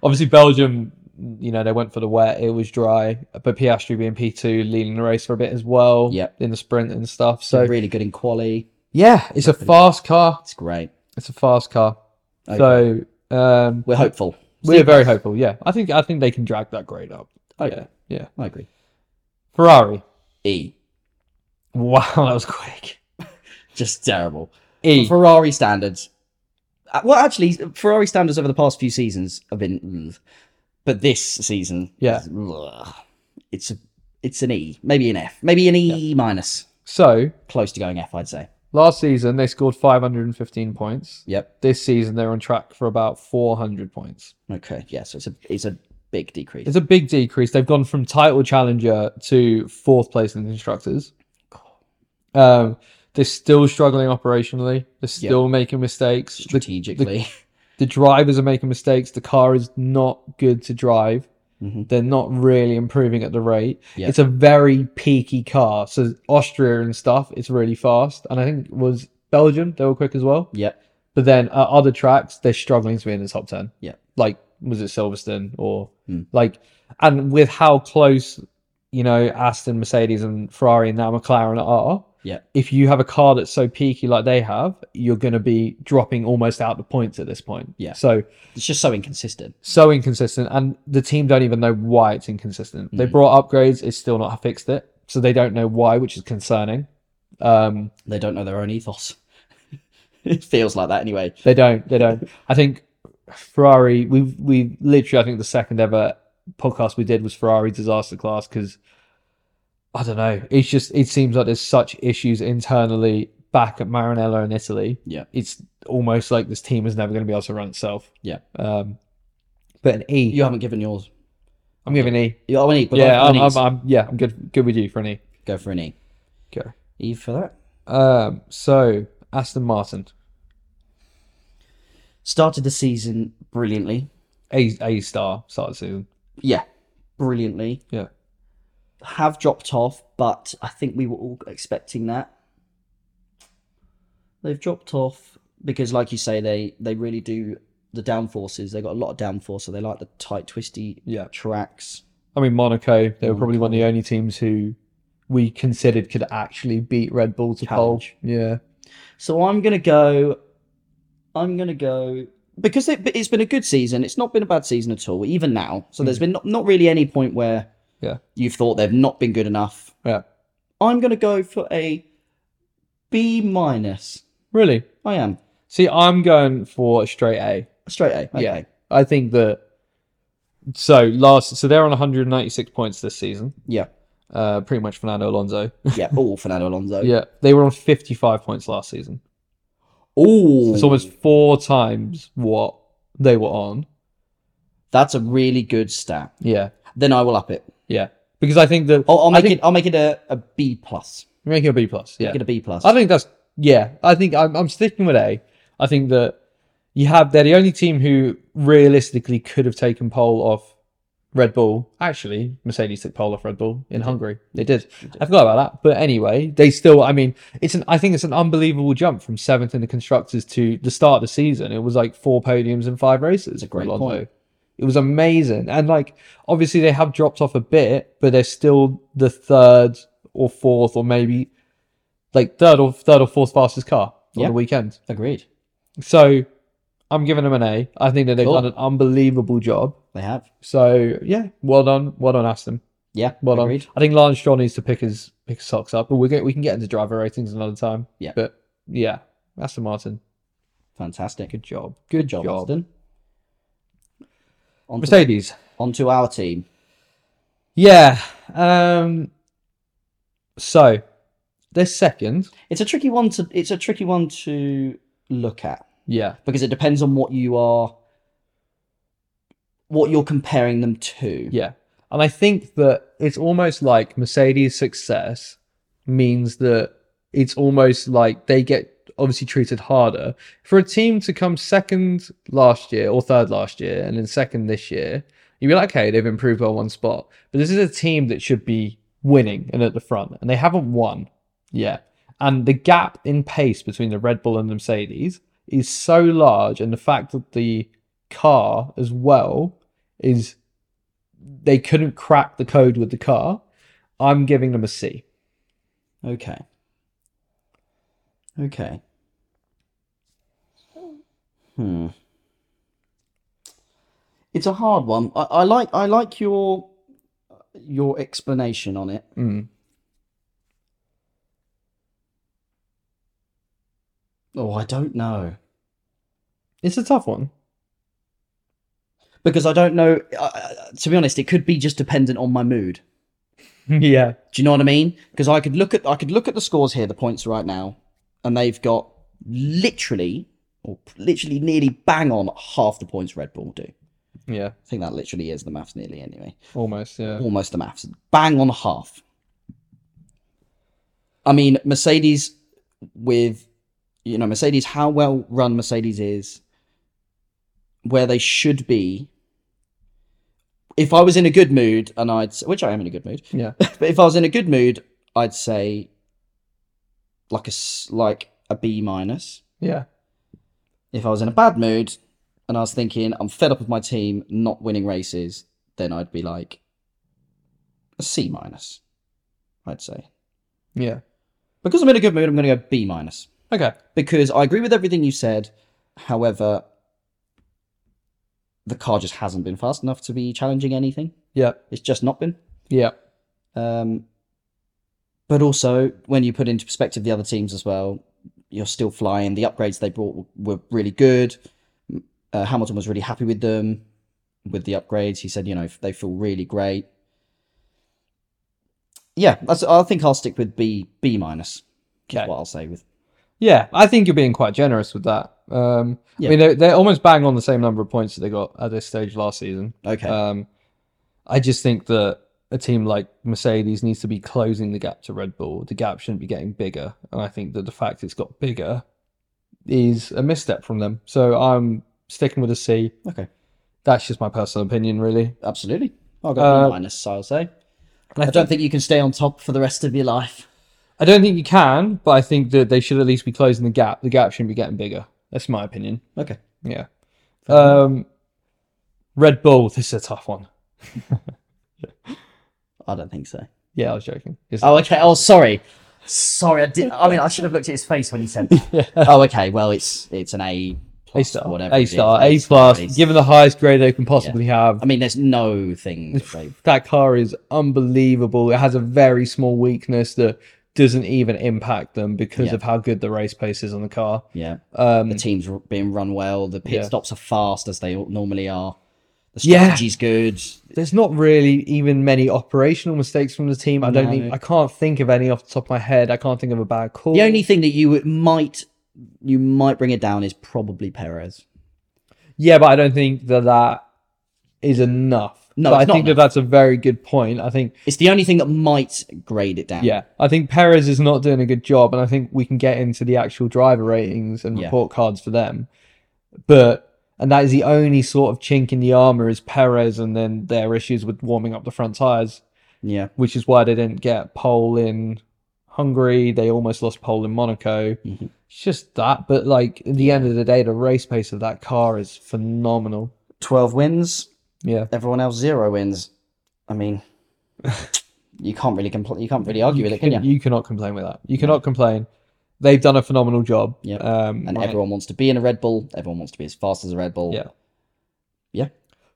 [SPEAKER 2] Obviously, Belgium, you know, they went for the wet. It was dry, but Piastri being P two, leading the race for a bit as well.
[SPEAKER 1] Yep.
[SPEAKER 2] in the sprint and stuff.
[SPEAKER 1] So
[SPEAKER 2] So
[SPEAKER 1] really good in quali.
[SPEAKER 2] yeah, it's a fast car.
[SPEAKER 1] It's great.
[SPEAKER 2] It's a fast car.
[SPEAKER 1] Okay.
[SPEAKER 2] So um,
[SPEAKER 1] We're hopeful.
[SPEAKER 2] we're very hopeful. Yeah, I think I think they can drag that grade up.
[SPEAKER 1] Okay.
[SPEAKER 2] Yeah, yeah.
[SPEAKER 1] I agree.
[SPEAKER 2] Ferrari.
[SPEAKER 1] E.
[SPEAKER 2] Wow, that was quick.
[SPEAKER 1] Just terrible.
[SPEAKER 2] E.
[SPEAKER 1] Ferrari standards. uh, Well, actually, Ferrari standards over the past few seasons have been, mm. but this season,
[SPEAKER 2] Yeah.
[SPEAKER 1] is, ugh. it's a, it's an E, maybe an F, maybe an E minus,
[SPEAKER 2] So
[SPEAKER 1] close to going F, I'd say.
[SPEAKER 2] last season they scored 515 points.
[SPEAKER 1] Yep.
[SPEAKER 2] This season they're on track for about 400 points.
[SPEAKER 1] Okay. Yeah. So it's a it's a big decrease.
[SPEAKER 2] It's a big decrease. They've gone from title challenger to fourth place in the instructors. Um, they're still struggling operationally. They're still making mistakes. The,
[SPEAKER 1] strategically.
[SPEAKER 2] the drivers are making mistakes. The car is not good to drive.
[SPEAKER 1] Mhm.
[SPEAKER 2] They're not really improving at the rate.
[SPEAKER 1] Yeah.
[SPEAKER 2] It's a very peaky car. So Austria and stuff, it's really fast. And I think it was Belgium. They were quick as well.
[SPEAKER 1] yep.
[SPEAKER 2] But then at other tracks, they're struggling to be in the top 10.
[SPEAKER 1] Yeah.
[SPEAKER 2] Like, was it Silverstone or
[SPEAKER 1] Hmm.
[SPEAKER 2] like, and with how close, you know, Aston, Mercedes, and Ferrari and now McLaren are,
[SPEAKER 1] Yeah.
[SPEAKER 2] if you have a car that's so peaky like they have, you're going to be dropping almost out the points at this point.
[SPEAKER 1] Yeah.
[SPEAKER 2] So,
[SPEAKER 1] It's just so inconsistent.
[SPEAKER 2] so inconsistent. And the team don't even know why it's inconsistent. They
[SPEAKER 1] Hmm.
[SPEAKER 2] brought upgrades, it's still not fixed it. So they don't know why, which is concerning. Um,
[SPEAKER 1] They don't know their own ethos. it feels like that anyway.
[SPEAKER 2] They don't. They don't. I think Ferrari. We we literally. I think the second ever podcast we did was Ferrari disaster class because I don't know. It's just it seems like there's such issues internally back at Maranello in Italy.
[SPEAKER 1] Yeah.
[SPEAKER 2] it's almost like this team is never going to be able to run itself.
[SPEAKER 1] Yeah.
[SPEAKER 2] Um, but an E.
[SPEAKER 1] You haven't given yours.
[SPEAKER 2] I'm giving an E.
[SPEAKER 1] You got an E, but
[SPEAKER 2] yeah,
[SPEAKER 1] I've
[SPEAKER 2] I'm,
[SPEAKER 1] got
[SPEAKER 2] I'm,
[SPEAKER 1] an E.
[SPEAKER 2] I'm. Yeah, I'm good. Good with you for an E.
[SPEAKER 1] go for an E.
[SPEAKER 2] Okay.
[SPEAKER 1] E for that.
[SPEAKER 2] Um. So Aston Martin.
[SPEAKER 1] Started the season brilliantly.
[SPEAKER 2] A A star start of the season.
[SPEAKER 1] Yeah, brilliantly.
[SPEAKER 2] Yeah.
[SPEAKER 1] have dropped off, but I think we were all expecting that. They've dropped off because, like you say, they they really do the downforces. They got a lot of downforce, so they like the tight, twisty
[SPEAKER 2] Yeah.
[SPEAKER 1] tracks.
[SPEAKER 2] I mean, Monaco, they
[SPEAKER 1] Mm.
[SPEAKER 2] were probably one of the only teams who we considered could actually beat Red Bull to pole.
[SPEAKER 1] Challenge.
[SPEAKER 2] Yeah.
[SPEAKER 1] So I'm gonna go. I'm gonna go because it, it's been a good season. It's not been a bad season at all, even now. So there's been not, not really any point where
[SPEAKER 2] Hmm. Yeah.
[SPEAKER 1] you've thought they've not been good enough.
[SPEAKER 2] Yeah.
[SPEAKER 1] I'm gonna go for a B minus.
[SPEAKER 2] Really?
[SPEAKER 1] I am
[SPEAKER 2] See, I'm going for a straight A.
[SPEAKER 1] a straight A. Okay.
[SPEAKER 2] Yeah. I think that. So last, so they're on 196 points this season.
[SPEAKER 1] Yeah.
[SPEAKER 2] Uh, pretty much Fernando Alonso.
[SPEAKER 1] yeah, all Fernando Alonso.
[SPEAKER 2] yeah, they were on 55 points last season.
[SPEAKER 1] Oh,
[SPEAKER 2] It's almost four times what they were on.
[SPEAKER 1] that's a really good stat.
[SPEAKER 2] Yeah,
[SPEAKER 1] Then I will up it.
[SPEAKER 2] yeah. Because I think that
[SPEAKER 1] I'll, I'll
[SPEAKER 2] I
[SPEAKER 1] make
[SPEAKER 2] think-
[SPEAKER 1] it. I'll make it a, a B plus.
[SPEAKER 2] making a B plus. Yeah,
[SPEAKER 1] Make it a B plus.
[SPEAKER 2] I think that's yeah. I think I'm, I'm sticking with A. I think that you have they're the only team who realistically could have taken pole off Red Bull. Actually, Mercedes took pole off Red Bull in Hungary. They did. I forgot about that. But anyway, they still. I mean, it's an. I think it's an unbelievable jump from seventh in the constructors to the start of the season. It was like four podiums and five races. It's
[SPEAKER 1] a great point.
[SPEAKER 2] It was amazing, and like obviously they have dropped off a bit, but they're still the third or fourth or maybe like third or third or fourth fastest car on
[SPEAKER 1] Yeah.
[SPEAKER 2] the weekend.
[SPEAKER 1] Agreed.
[SPEAKER 2] So I'm giving them an A. I think that they've
[SPEAKER 1] Cool.
[SPEAKER 2] done an unbelievable job.
[SPEAKER 1] They have.
[SPEAKER 2] So yeah, well done, well done, Aston.
[SPEAKER 1] Yeah.
[SPEAKER 2] Well done.
[SPEAKER 1] agreed.
[SPEAKER 2] I think Lance Stroll needs to pick his pick his socks up, but we get we can get into driver ratings another time.
[SPEAKER 1] Yeah.
[SPEAKER 2] but yeah, Aston Martin,
[SPEAKER 1] Fantastic.
[SPEAKER 2] good job, good,
[SPEAKER 1] Good job,
[SPEAKER 2] job.
[SPEAKER 1] Austin. Onto,
[SPEAKER 2] Mercedes,
[SPEAKER 1] onto our team.
[SPEAKER 2] yeah. Um, so they're second.
[SPEAKER 1] It's a tricky one to. It's a tricky one to look at
[SPEAKER 2] Yeah,
[SPEAKER 1] because it depends on what you are. What you're comparing them to.
[SPEAKER 2] Yeah. And I think that it's almost like Mercedes' success means that it's almost like they get obviously treated harder. For a team to come second last year or third last year and then second this year, you'd be like, okay, they've improved by one spot. But this is a team that should be winning and at the front, and they haven't won yet. And the gap in pace between the Red Bull and the Mercedes is so large, and the fact that the car as well is they couldn't crack the code with the car. I'm giving them a C.
[SPEAKER 1] Okay. Okay. Hmm. It's a hard one. I, I like I like your your explanation on it.
[SPEAKER 2] Mm.
[SPEAKER 1] Oh, I don't know
[SPEAKER 2] It's a tough one.
[SPEAKER 1] because I don't know. I- I, to be honest, it could be just dependent on my mood.
[SPEAKER 2] yeah.
[SPEAKER 1] Do you know what I mean? Because I could look at I could look at the scores here, the points right now, and they've got literally or literally nearly bang on half the points Red Bull do. I
[SPEAKER 2] Yeah.
[SPEAKER 1] think that literally is the maths nearly anyway.
[SPEAKER 2] Almost. Yeah.
[SPEAKER 1] almost a maths. Bang on half. I mean, Mercedes with, you know, Mercedes, how well run Mercedes is, where they should be. If I was in a good mood, and I'd, s- which I am in a good mood,
[SPEAKER 2] Yeah.
[SPEAKER 1] but if I was in a good mood, I'd say like a, s- like a B minus
[SPEAKER 2] Yeah.
[SPEAKER 1] if I was in a bad mood and I was thinking I'm fed up with my team not winning races, then I'd be like a C minus, I'd say.
[SPEAKER 2] Yeah.
[SPEAKER 1] Because I'm in a good mood, I'm going to go B minus.
[SPEAKER 2] Okay.
[SPEAKER 1] Because I agree with everything you said. However, the car just hasn't been fast enough to be challenging anything.
[SPEAKER 2] Yeah.
[SPEAKER 1] It's just not been.
[SPEAKER 2] Yeah.
[SPEAKER 1] Um, but also, when you put into perspective the other teams as well, you're still flying. The upgrades they brought w- were really good. Uh, Hamilton was really happy with them, with the upgrades. He said, you know, they feel really great. Yeah, that's, I think I'll stick with B B minus. is
[SPEAKER 2] Okay.
[SPEAKER 1] What I'll say with
[SPEAKER 2] Yeah. I think you're being quite generous with that. Um,
[SPEAKER 1] Yeah.
[SPEAKER 2] I mean, they're, they're almost bang on the same number of points that they got at this stage last season.
[SPEAKER 1] okay.
[SPEAKER 2] Um, I just think that a team like Mercedes needs to be closing the gap to Red Bull. The gap shouldn't be getting bigger, and I think that the fact it's got bigger is a misstep from them. So I'm sticking with a C.
[SPEAKER 1] okay,
[SPEAKER 2] That's just my personal opinion, really.
[SPEAKER 1] absolutely. I'll go
[SPEAKER 2] Uh,
[SPEAKER 1] B minus. I'll say.
[SPEAKER 2] And I,
[SPEAKER 1] I don't
[SPEAKER 2] don't think
[SPEAKER 1] think you can stay on top for the rest of your life.
[SPEAKER 2] I don't think you can, but I think that they should at least be closing the gap. The gap shouldn't be getting bigger. That's my opinion.
[SPEAKER 1] Okay.
[SPEAKER 2] Yeah. Um, Red Bull. This is a tough one.
[SPEAKER 1] I don't think so.
[SPEAKER 2] Yeah, I was joking. It's-
[SPEAKER 1] Oh, okay. Oh, sorry. Sorry, I did. I mean, I should have looked at his face when he said. That. Oh, okay. Well, it's it's an A
[SPEAKER 2] A
[SPEAKER 1] plus,
[SPEAKER 2] star,
[SPEAKER 1] whatever. it
[SPEAKER 2] A
[SPEAKER 1] is.
[SPEAKER 2] star, A
[SPEAKER 1] star,
[SPEAKER 2] plus.
[SPEAKER 1] it's-
[SPEAKER 2] Given the highest grade they can possibly have,
[SPEAKER 1] I mean, there's no thing. that they-
[SPEAKER 2] that car is unbelievable. It has a very small weakness that doesn't even impact them because
[SPEAKER 1] Yeah.
[SPEAKER 2] of how good the race pace is on the car.
[SPEAKER 1] yeah,
[SPEAKER 2] Um,
[SPEAKER 1] the team's r- being run well. The pit
[SPEAKER 2] Yeah.
[SPEAKER 1] stops are fast as they normally are. The
[SPEAKER 2] Yeah.
[SPEAKER 1] strategy's good.
[SPEAKER 2] there's not really even many operational mistakes from the team. I don't
[SPEAKER 1] No.
[SPEAKER 2] think I can't think of any off the top of my head. I can't think of a bad call.
[SPEAKER 1] The only thing that you would- might you might bring it down is probably Perez.
[SPEAKER 2] Yeah, but I don't think that that is enough.
[SPEAKER 1] No,
[SPEAKER 2] But I
[SPEAKER 1] it's not
[SPEAKER 2] think that that's a very good point. I think
[SPEAKER 1] It's the only thing that might grade it down.
[SPEAKER 2] yeah, I think Perez is not doing a good job, and I think we can get into the actual driver ratings and
[SPEAKER 1] Yeah.
[SPEAKER 2] report cards for them. But and that is the only sort of chink in the armor is Perez, and then their issues with warming up the front tires,
[SPEAKER 1] Yeah.
[SPEAKER 2] which is why they didn't get pole in Hungary. They almost lost pole in Monaco.
[SPEAKER 1] Mhm.
[SPEAKER 2] It's just that, but like at the end of the day, the race pace of that car is phenomenal.
[SPEAKER 1] 12 wins,
[SPEAKER 2] Yeah.
[SPEAKER 1] everyone else zero wins. I mean, you can't really compl- you can't really argue with it, can you?
[SPEAKER 2] you cannot complain with that. You cannot complain. They've done a phenomenal job.
[SPEAKER 1] Yep.
[SPEAKER 2] Um,
[SPEAKER 1] and
[SPEAKER 2] my-
[SPEAKER 1] everyone wants to be in a Red Bull. Everyone wants to be as fast as a Red Bull.
[SPEAKER 2] Yeah.
[SPEAKER 1] Yeah.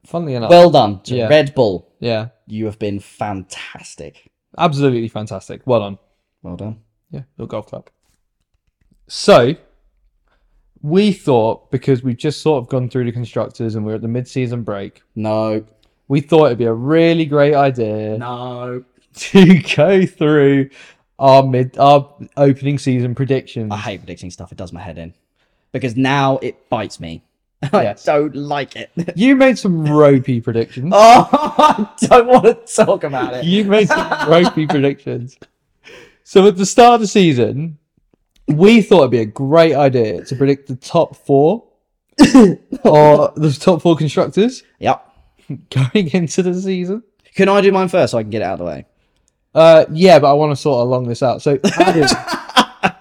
[SPEAKER 2] Funnily enough,
[SPEAKER 1] Well done to
[SPEAKER 2] Yeah.
[SPEAKER 1] Red Bull.
[SPEAKER 2] yeah,
[SPEAKER 1] You have been fantastic.
[SPEAKER 2] absolutely fantastic. Well done.
[SPEAKER 1] Well done.
[SPEAKER 2] Yeah, little golf club. So we thought because we've just sort of gone through the constructors and we're at the mid-season break,
[SPEAKER 1] No.
[SPEAKER 2] we thought it'd be a really great idea
[SPEAKER 1] No.
[SPEAKER 2] to go through our mid our opening season predictions.
[SPEAKER 1] I hate predicting stuff. It does my head in. Because now it bites me.
[SPEAKER 2] Yes.
[SPEAKER 1] I don't like it.
[SPEAKER 2] You made some ropey predictions.
[SPEAKER 1] Oh, I don't want to talk about it.
[SPEAKER 2] You made some ropey predictions. So at the start of the season, we thought it'd be a great idea to predict the top four or the top four constructors
[SPEAKER 1] Yep.
[SPEAKER 2] going into the season.
[SPEAKER 1] Can I do mine first so I can get it out of the way?
[SPEAKER 2] Uh, yeah, but I want to sort of long this out. So Adam,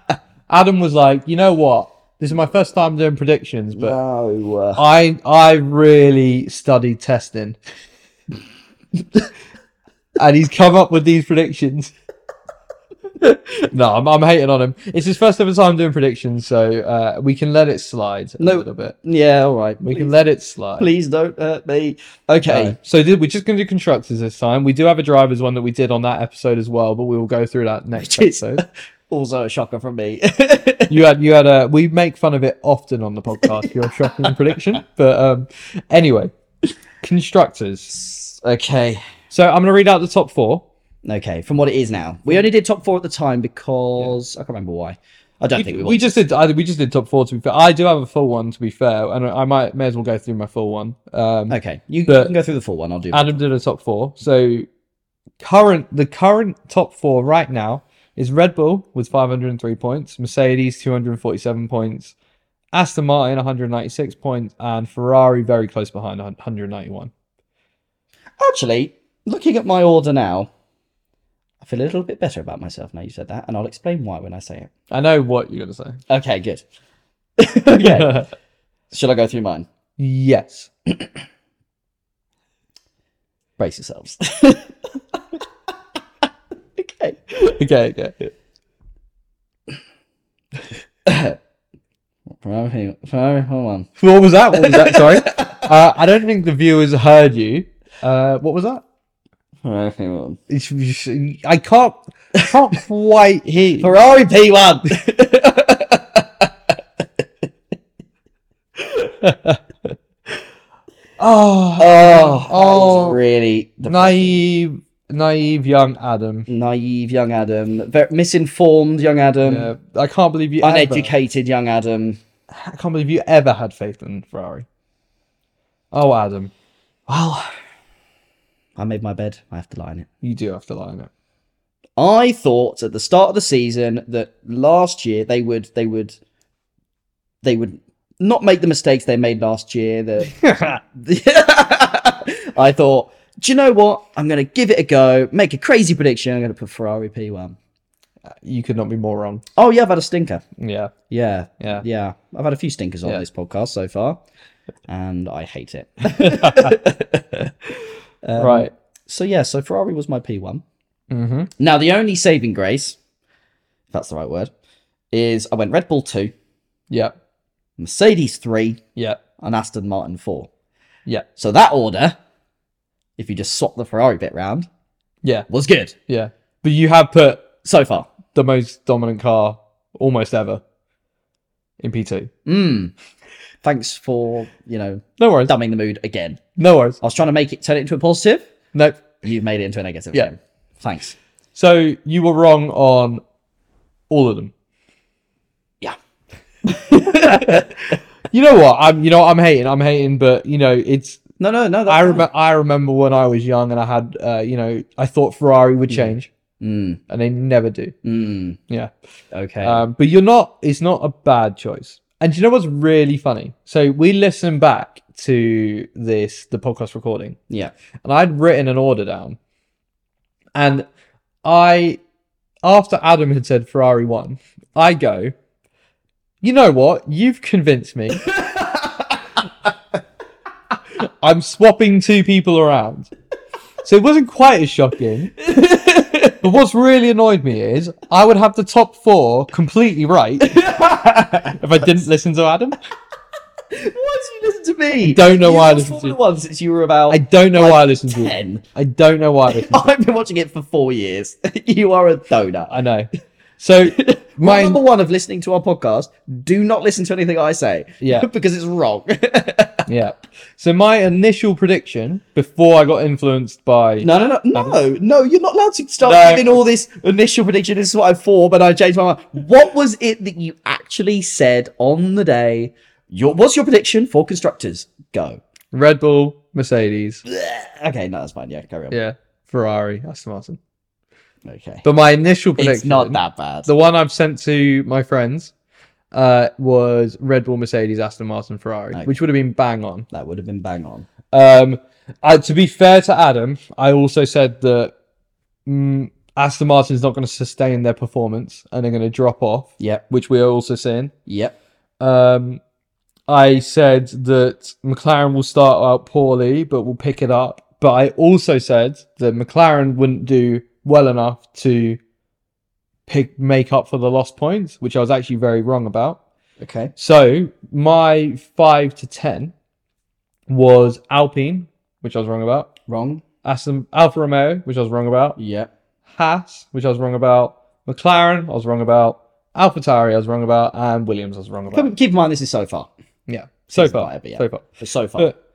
[SPEAKER 2] Adam was like, you know what? This is my first time doing predictions, but
[SPEAKER 1] No. uh,
[SPEAKER 2] I I really studied testing, and he's come up with these predictions. no, I'm, I'm hating on him. It's his first ever time doing predictions, so uh, we can let it slide a
[SPEAKER 1] No.
[SPEAKER 2] little bit.
[SPEAKER 1] yeah, all right.
[SPEAKER 2] We
[SPEAKER 1] Please,
[SPEAKER 2] can let it slide.
[SPEAKER 1] please don't hurt me. Okay.
[SPEAKER 2] Okay, so did, we're just going to do constructors this time. We do have a drivers one that we did on that episode as well, but we will go through that next
[SPEAKER 1] Which is-
[SPEAKER 2] episode.
[SPEAKER 1] Also a shocker from me.
[SPEAKER 2] You had you had a we make fun of it often on the podcast. Your shocking prediction, but um, anyway, constructors.
[SPEAKER 1] okay.
[SPEAKER 2] So I'm going to read out the top four.
[SPEAKER 1] Okay, from what it is now. We only did top four at the time because I can't remember why. I don't think we,
[SPEAKER 2] We,
[SPEAKER 1] want
[SPEAKER 2] just did. I, we just did top four. To be fair, I do have a full one. To be fair, and I I might may as well go through my full one. Um,
[SPEAKER 1] Okay, you, you
[SPEAKER 2] But-
[SPEAKER 1] can go through the full one. I'll do.
[SPEAKER 2] Adam did a top four. So current the current top four right now is Red Bull with 503 points, Mercedes 247 points, Aston Martin 196 points, and Ferrari very close behind 191.
[SPEAKER 1] Actually, looking at my order now, I feel a little bit better about myself now you said that, and I'll explain why when I say it.
[SPEAKER 2] I know what you're gonna say.
[SPEAKER 1] Okay, good. okay, should I go through mine?
[SPEAKER 2] yes.
[SPEAKER 1] Brace yourselves. okay.
[SPEAKER 2] Okay. Okay.
[SPEAKER 1] Ferrari, Ferrari, hold on.
[SPEAKER 2] What was that? What was that? Sorry. Uh, I don't think the viewers heard you. Uh, what was that?
[SPEAKER 1] Ferrari, P1.
[SPEAKER 2] It's- it's- I can't, I can't quite hear. you.
[SPEAKER 1] Ferrari P1.
[SPEAKER 2] Oh,
[SPEAKER 1] Oh, oh.
[SPEAKER 2] Oh.
[SPEAKER 1] really the
[SPEAKER 2] naive, naive young Adam.
[SPEAKER 1] naive young Adam, very misinformed young Adam,
[SPEAKER 2] Yeah, Uh, I can't believe you. Ever,
[SPEAKER 1] uneducated young Adam.
[SPEAKER 2] I can't believe you ever had faith in Ferrari. Oh, Adam,
[SPEAKER 1] Well, I made my bed. I have to lie in it.
[SPEAKER 2] you do have to lie on it.
[SPEAKER 1] I thought at the start of the season that last year they would they would they would not make the mistakes they made last year. That I thought, do you know what? I'm going to give it a go. Make a crazy prediction. I'm going to put Ferrari P1.
[SPEAKER 2] You could not be more wrong.
[SPEAKER 1] Oh yeah, I've had a stinker.
[SPEAKER 2] Yeah,
[SPEAKER 1] Yeah,
[SPEAKER 2] yeah.
[SPEAKER 1] yeah. I've had a few stinkers on
[SPEAKER 2] Yeah.
[SPEAKER 1] this podcast so far, and I hate it. Um,
[SPEAKER 2] right.
[SPEAKER 1] So yeah, so Ferrari was my P1. Um,
[SPEAKER 2] Mm-hmm.
[SPEAKER 1] Now the only saving grace, if that's the right word, is I went Red Bull two,
[SPEAKER 2] Yeah.
[SPEAKER 1] Mercedes three,
[SPEAKER 2] Yeah.
[SPEAKER 1] and Aston Martin four.
[SPEAKER 2] Yeah.
[SPEAKER 1] So that order, if you just swap the Ferrari bit round,
[SPEAKER 2] Yeah.
[SPEAKER 1] was good
[SPEAKER 2] Yeah. But you have put
[SPEAKER 1] so far.
[SPEAKER 2] the most dominant car almost ever in P2.
[SPEAKER 1] Mm. Thanks for you know
[SPEAKER 2] No worries.
[SPEAKER 1] dumbing the mood again.
[SPEAKER 2] No worries.
[SPEAKER 1] I was trying to make it turn it into a positive.
[SPEAKER 2] Nope.
[SPEAKER 1] You've made it into a negative.
[SPEAKER 2] Yeah.
[SPEAKER 1] again. Thanks.
[SPEAKER 2] So you were wrong on all of them.
[SPEAKER 1] Yeah.
[SPEAKER 2] You know what? I'm you know what I'm hating. I'm hating, but you know it's.
[SPEAKER 1] No, no, no. that's
[SPEAKER 2] I
[SPEAKER 1] fine.
[SPEAKER 2] remember. I remember when I was young and I had. Uh, you know, I thought Ferrari would change,
[SPEAKER 1] Mm,
[SPEAKER 2] and they never do.
[SPEAKER 1] mm,
[SPEAKER 2] Yeah.
[SPEAKER 1] okay.
[SPEAKER 2] Um, but you're not. It's not a bad choice. And do you know what's really funny? So we listened back to this the podcast recording,
[SPEAKER 1] yeah.
[SPEAKER 2] and I'd written an order down, and I, after Adam had said Ferrari won, I go, you know what? You've convinced me. I'm swapping two people around. So it wasn't quite as shocking. But what's really annoyed me is I would have the top four completely right if I didn't listen to Adam.
[SPEAKER 1] Why did you listen to me?
[SPEAKER 2] don't know
[SPEAKER 1] You've
[SPEAKER 2] why I
[SPEAKER 1] watched
[SPEAKER 2] listened to
[SPEAKER 1] Formula One since you were about
[SPEAKER 2] I don't know why I listened to you.
[SPEAKER 1] ten.
[SPEAKER 2] I don't know why I listened to
[SPEAKER 1] I've been watching it for four years. you are a donut.
[SPEAKER 2] I know. So
[SPEAKER 1] My
[SPEAKER 2] my
[SPEAKER 1] number one of listening to our podcast: do not listen to anything I say.
[SPEAKER 2] Yeah.
[SPEAKER 1] because it's wrong.
[SPEAKER 2] yeah. So my initial prediction before I got influenced by
[SPEAKER 1] No, no, no, no, no! You're not allowed to start
[SPEAKER 2] No.
[SPEAKER 1] giving all this initial prediction. This is what I thought, but I changed my mind. What was it that you actually said on the day? Your what's your prediction for constructors? Go.
[SPEAKER 2] Red Bull, Mercedes,
[SPEAKER 1] Okay, no, that's fine. Yeah, carry on.
[SPEAKER 2] yeah, Ferrari, Aston Martin.
[SPEAKER 1] Okay,
[SPEAKER 2] But my initial prediction
[SPEAKER 1] it's not that bad.
[SPEAKER 2] the one I've sent to my friends uh, was Red Bull, Mercedes, Aston Martin, Ferrari, which would have been bang on.
[SPEAKER 1] That would have been bang on.
[SPEAKER 2] Um, I, to be fair to Adam, I also said that mm, Aston Martin's not going to sustain their performance and they're going to drop off,
[SPEAKER 1] Yep,
[SPEAKER 2] which we are also seeing.
[SPEAKER 1] yep.
[SPEAKER 2] Um, I said that McLaren will start out poorly but will pick it up. But I also said that McLaren wouldn't do well enough to pick make up for the lost points, which I was actually very wrong about.
[SPEAKER 1] Okay.
[SPEAKER 2] So my five to ten was Alpine, which I was wrong about.
[SPEAKER 1] Wrong.
[SPEAKER 2] Aston Alfa Romeo, which I was wrong about.
[SPEAKER 1] Yep.
[SPEAKER 2] Haas, which I was wrong about. McLaren, I was wrong about. AlphaTauri, I was wrong about, and Williams, I was wrong about.
[SPEAKER 1] Keep keep in mind this is so far.
[SPEAKER 2] Yeah, so
[SPEAKER 1] Season
[SPEAKER 2] far,
[SPEAKER 1] five, but yeah.
[SPEAKER 2] so far.
[SPEAKER 1] But so far.
[SPEAKER 2] But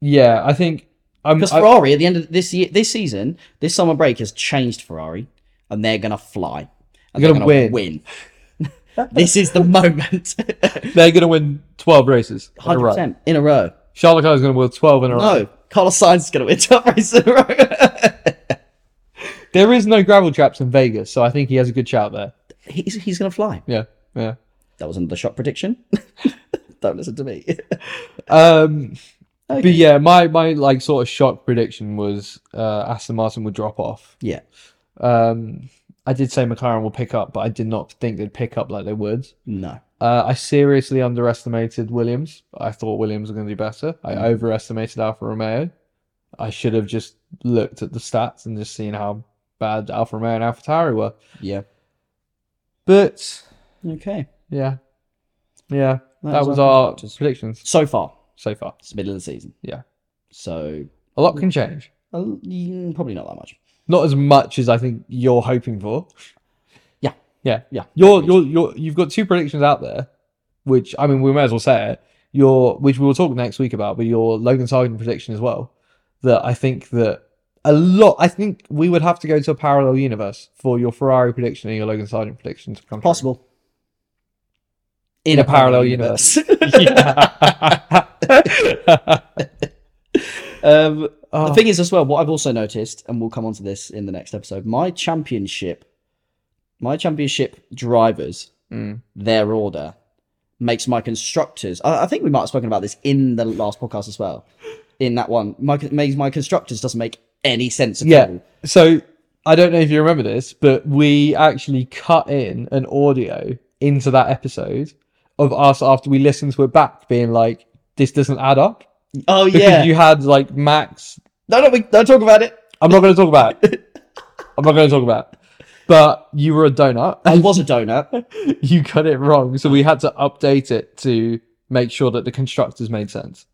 [SPEAKER 2] yeah, I think I'm.
[SPEAKER 1] Because
[SPEAKER 2] I-
[SPEAKER 1] Ferrari at the end of this year, this season, this summer break has changed Ferrari, and they're gonna fly. And
[SPEAKER 2] They're
[SPEAKER 1] they're
[SPEAKER 2] gonna
[SPEAKER 1] gonna, win. this is the moment.
[SPEAKER 2] they're going to win twelve races. in a
[SPEAKER 1] Hundred
[SPEAKER 2] row.
[SPEAKER 1] percent in a row.
[SPEAKER 2] Charles Leclerc is going to win twelve in a row.
[SPEAKER 1] No, Carlos Sainz is gonna win twelve races in a row.
[SPEAKER 2] There is no gravel traps in Vegas, so I think he has a good shout there.
[SPEAKER 1] he's he's gonna fly.
[SPEAKER 2] Yeah, yeah.
[SPEAKER 1] That was another shock prediction. Don't listen to me.
[SPEAKER 2] Um,
[SPEAKER 1] Okay.
[SPEAKER 2] but yeah, my my like sort of shock prediction was uh, Aston Martin would drop off.
[SPEAKER 1] Yeah.
[SPEAKER 2] Um, I did say McLaren will pick up, but I did not think they'd pick up like they would.
[SPEAKER 1] No.
[SPEAKER 2] Uh, I seriously underestimated Williams. I thought Williams were going to do better. I overestimated Alfa Romeo. I should have just looked at the stats and just seen how bad Alfa Romeo and AlphaTauri were.
[SPEAKER 1] Yeah.
[SPEAKER 2] But
[SPEAKER 1] Okay.
[SPEAKER 2] yeah, yeah, that, was,
[SPEAKER 1] our
[SPEAKER 2] our
[SPEAKER 1] predictions.
[SPEAKER 2] predictions
[SPEAKER 1] so far.
[SPEAKER 2] so far.
[SPEAKER 1] It's the middle of the season.
[SPEAKER 2] Yeah.
[SPEAKER 1] So
[SPEAKER 2] A lot can change.
[SPEAKER 1] uh, mm, probably not that much.
[SPEAKER 2] Not as much as I think you're hoping for.
[SPEAKER 1] Yeah.
[SPEAKER 2] yeah,
[SPEAKER 1] Yeah.
[SPEAKER 2] You're you're you're you've got two predictions out there, which I mean we may as well say it. Your which we will talk next week about, but your Logan Sargent prediction as well. That I think that a lot. I think we would have to go to a parallel universe for your Ferrari prediction and your Logan Sargent prediction to come true.
[SPEAKER 1] Possible.
[SPEAKER 2] in a parallel universe. Yeah.
[SPEAKER 1] um,
[SPEAKER 2] Oh,
[SPEAKER 1] The thing is, as well, what I've also noticed, and we'll come onto this in the next episode, my championship, my championship drivers,
[SPEAKER 2] mm.
[SPEAKER 1] their order makes my constructors. I, I think we might have spoken about this in the last podcast as well. In that one, my con- makes my constructors doesn't make any sense at
[SPEAKER 2] Yeah.
[SPEAKER 1] all.
[SPEAKER 2] So I don't know if you remember this, but we actually cut in an audio into that episode of us after we listened to it back, being like, "This doesn't add up."
[SPEAKER 1] Oh
[SPEAKER 2] Because
[SPEAKER 1] yeah,
[SPEAKER 2] you had like Max.
[SPEAKER 1] no, no, we don't talk about it.
[SPEAKER 2] I'm not going to talk about. It. I'm not going to talk about. It. But you were a donut.
[SPEAKER 1] I was a donut.
[SPEAKER 2] you got it wrong, so we had to update it to make sure that the constructors made sense.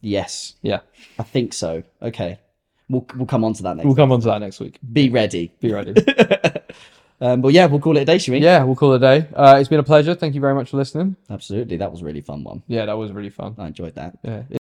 [SPEAKER 1] yes,
[SPEAKER 2] Yeah,
[SPEAKER 1] I think so. Okay, we'll we'll come on to that next.
[SPEAKER 2] we'll come on to that next week.
[SPEAKER 1] Be ready.
[SPEAKER 2] Be ready.
[SPEAKER 1] Um, but yeah, we'll call it a day, shall we?
[SPEAKER 2] yeah, we'll call it a day. Uh, it's been a pleasure. Thank you very much for listening.
[SPEAKER 1] Absolutely, that was a really fun one.
[SPEAKER 2] Yeah, that was really fun.
[SPEAKER 1] I enjoyed that.
[SPEAKER 2] Yeah.